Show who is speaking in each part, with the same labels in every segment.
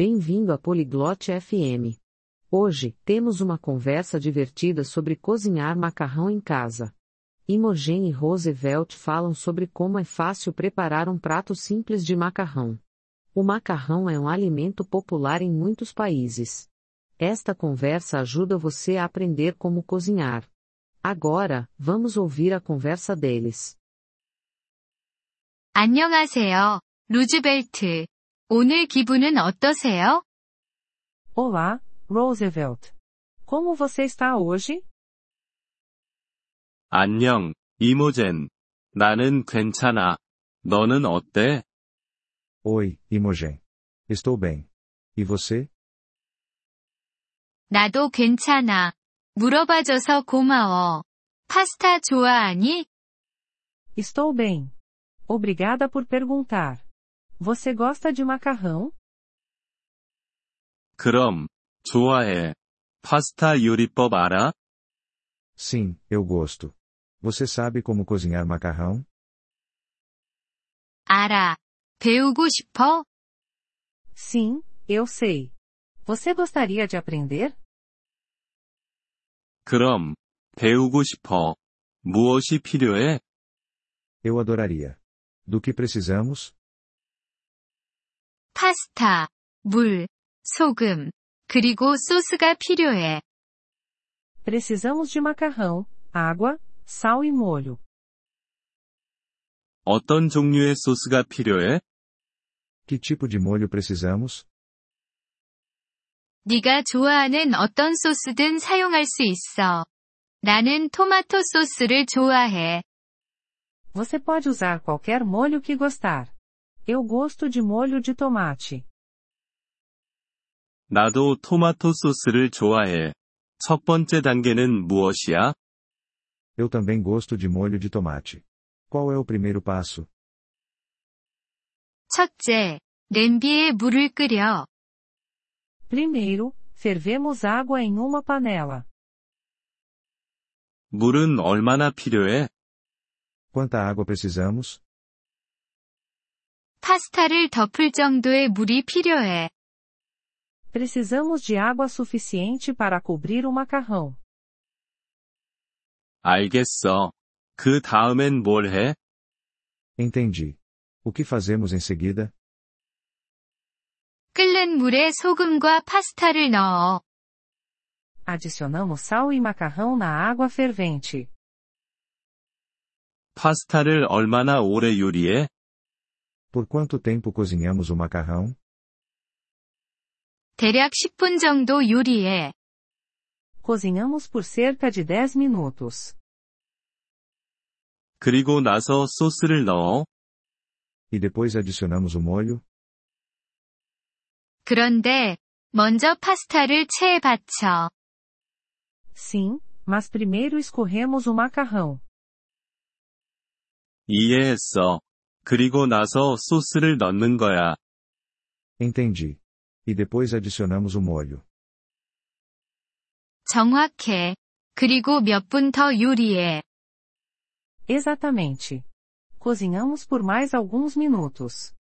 Speaker 1: Bem-vindo à Poliglote FM. Hoje, temos uma conversa divertida sobre cozinhar macarrão em casa. Imogen e Roosevelt falam sobre como é fácil preparar um prato simples de macarrão. O macarrão é um alimento popular em muitos países. Esta conversa ajuda você a aprender como cozinhar. Agora, vamos ouvir a conversa deles.
Speaker 2: 안녕하세요, 루즈벨트. 오늘 기분은 어떠세요?
Speaker 3: Olá, Roosevelt. Como você está hoje?
Speaker 4: 안녕, 이모젠. 나는 괜찮아. 너는 어때?
Speaker 5: Oi, Imogen. Estou bem. E você?
Speaker 2: 나도 괜찮아. 물어봐줘서 고마워. 파스타 좋아하니?
Speaker 3: Estou bem. Obrigada por perguntar. Você gosta de macarrão?
Speaker 4: 그럼, 좋아해. 파스타 요리법 알아?
Speaker 5: Sim, eu gosto. Você sabe como cozinhar macarrão?
Speaker 2: 알아. 배우고 싶어?
Speaker 3: Sim, eu sei. Você gostaria de aprender?
Speaker 4: 그럼, 배우고 싶어. 무엇이 필요해?
Speaker 5: Eu adoraria. Do que precisamos?
Speaker 2: 파스타, 물, 소금, 그리고 소스가 필요해.
Speaker 3: Precisamos de macarrão, água, sal e molho.
Speaker 4: 어떤 종류의 소스가 필요해?
Speaker 5: Que tipo de molho precisamos?
Speaker 2: 네가 좋아하는 어떤 소스든 사용할 수 있어. 나는 토마토 소스를 좋아해.
Speaker 3: Você pode usar qualquer molho que gostar. Eu gosto de molho de tomate.
Speaker 4: 나도 토마토 소스를 좋아해. 첫 번째 단계는 무엇이야?
Speaker 5: Eu também gosto de molho de tomate. Qual é o primeiro passo?
Speaker 2: 첫째, 냄비에 물을 끓여.
Speaker 3: Primeiro, fervemos água em uma panela.
Speaker 4: 물은 얼마나 필요해?
Speaker 5: Quanta água precisamos?
Speaker 2: 파스타를 덮을 정도의 물이 필요해.
Speaker 3: Precisamos de água suficiente para cobrir o macarrão.
Speaker 4: 알겠어. 그 다음엔 뭘 해?
Speaker 5: Entendi. O que fazemos em seguida?
Speaker 2: 끓는 물에 소금과 파스타를 넣어.
Speaker 3: Adicionamos sal e macarrão na água fervente.
Speaker 4: 파스타를 얼마나 오래 요리해?
Speaker 5: Por quanto tempo cozinhamos o macarrão?
Speaker 2: 대략 10분 정도 요리해.
Speaker 3: Cozinhamos por cerca de 10 minutos.
Speaker 4: 그리고 나서 소스를 넣어.
Speaker 5: E depois adicionamos o molho?
Speaker 2: 그런데, 먼저 파스타를 체에 받쳐.
Speaker 3: Sim, mas primeiro escorremos o macarrão.
Speaker 4: 이해했어. 그리고 나서 소스를 넣는 거야.
Speaker 5: Entendi. E depois adicionamos o molho.
Speaker 2: 정확해. 그리고 몇 분 더 요리해.
Speaker 3: Exatamente. Cozinhamos por mais alguns minutos.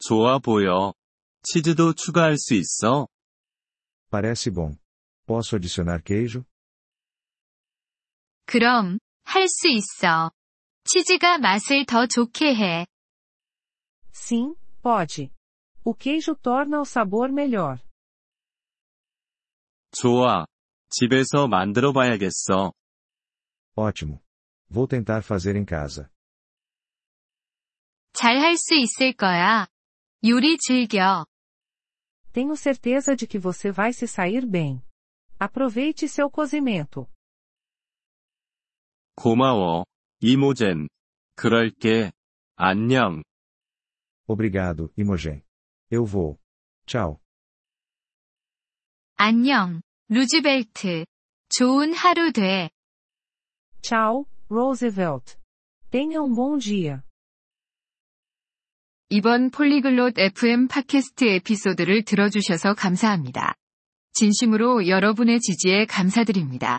Speaker 4: 좋아 보여. 치즈도 추가할 수 있어?
Speaker 5: Parece bom. Posso adicionar queijo?
Speaker 2: 그럼, 할 수 있어. 치즈가 맛을 더 좋게 해.
Speaker 3: Sim, pode. O queijo torna o sabor melhor.
Speaker 4: 좋아. 집에서 만들어 봐야겠어.
Speaker 5: Ótimo. Vou tentar fazer em casa.
Speaker 2: 잘 할 수 있을 거야. 요리 즐겨.
Speaker 3: Tenho certeza de que você vai se sair bem. Aproveite seu cozimento.
Speaker 4: 고마워. 이모젠. 그럴게. 안녕.
Speaker 5: Obrigado, Imogen. Eu vou. Tchau.
Speaker 2: 안녕, 루즈벨트. 좋은 하루 돼.
Speaker 3: Tchau, Roosevelt. Tenha um bom dia.
Speaker 2: 이번 폴리글롯 FM 팟캐스트 에피소드를 들어주셔서 감사합니다. 진심으로 여러분의 지지에 감사드립니다.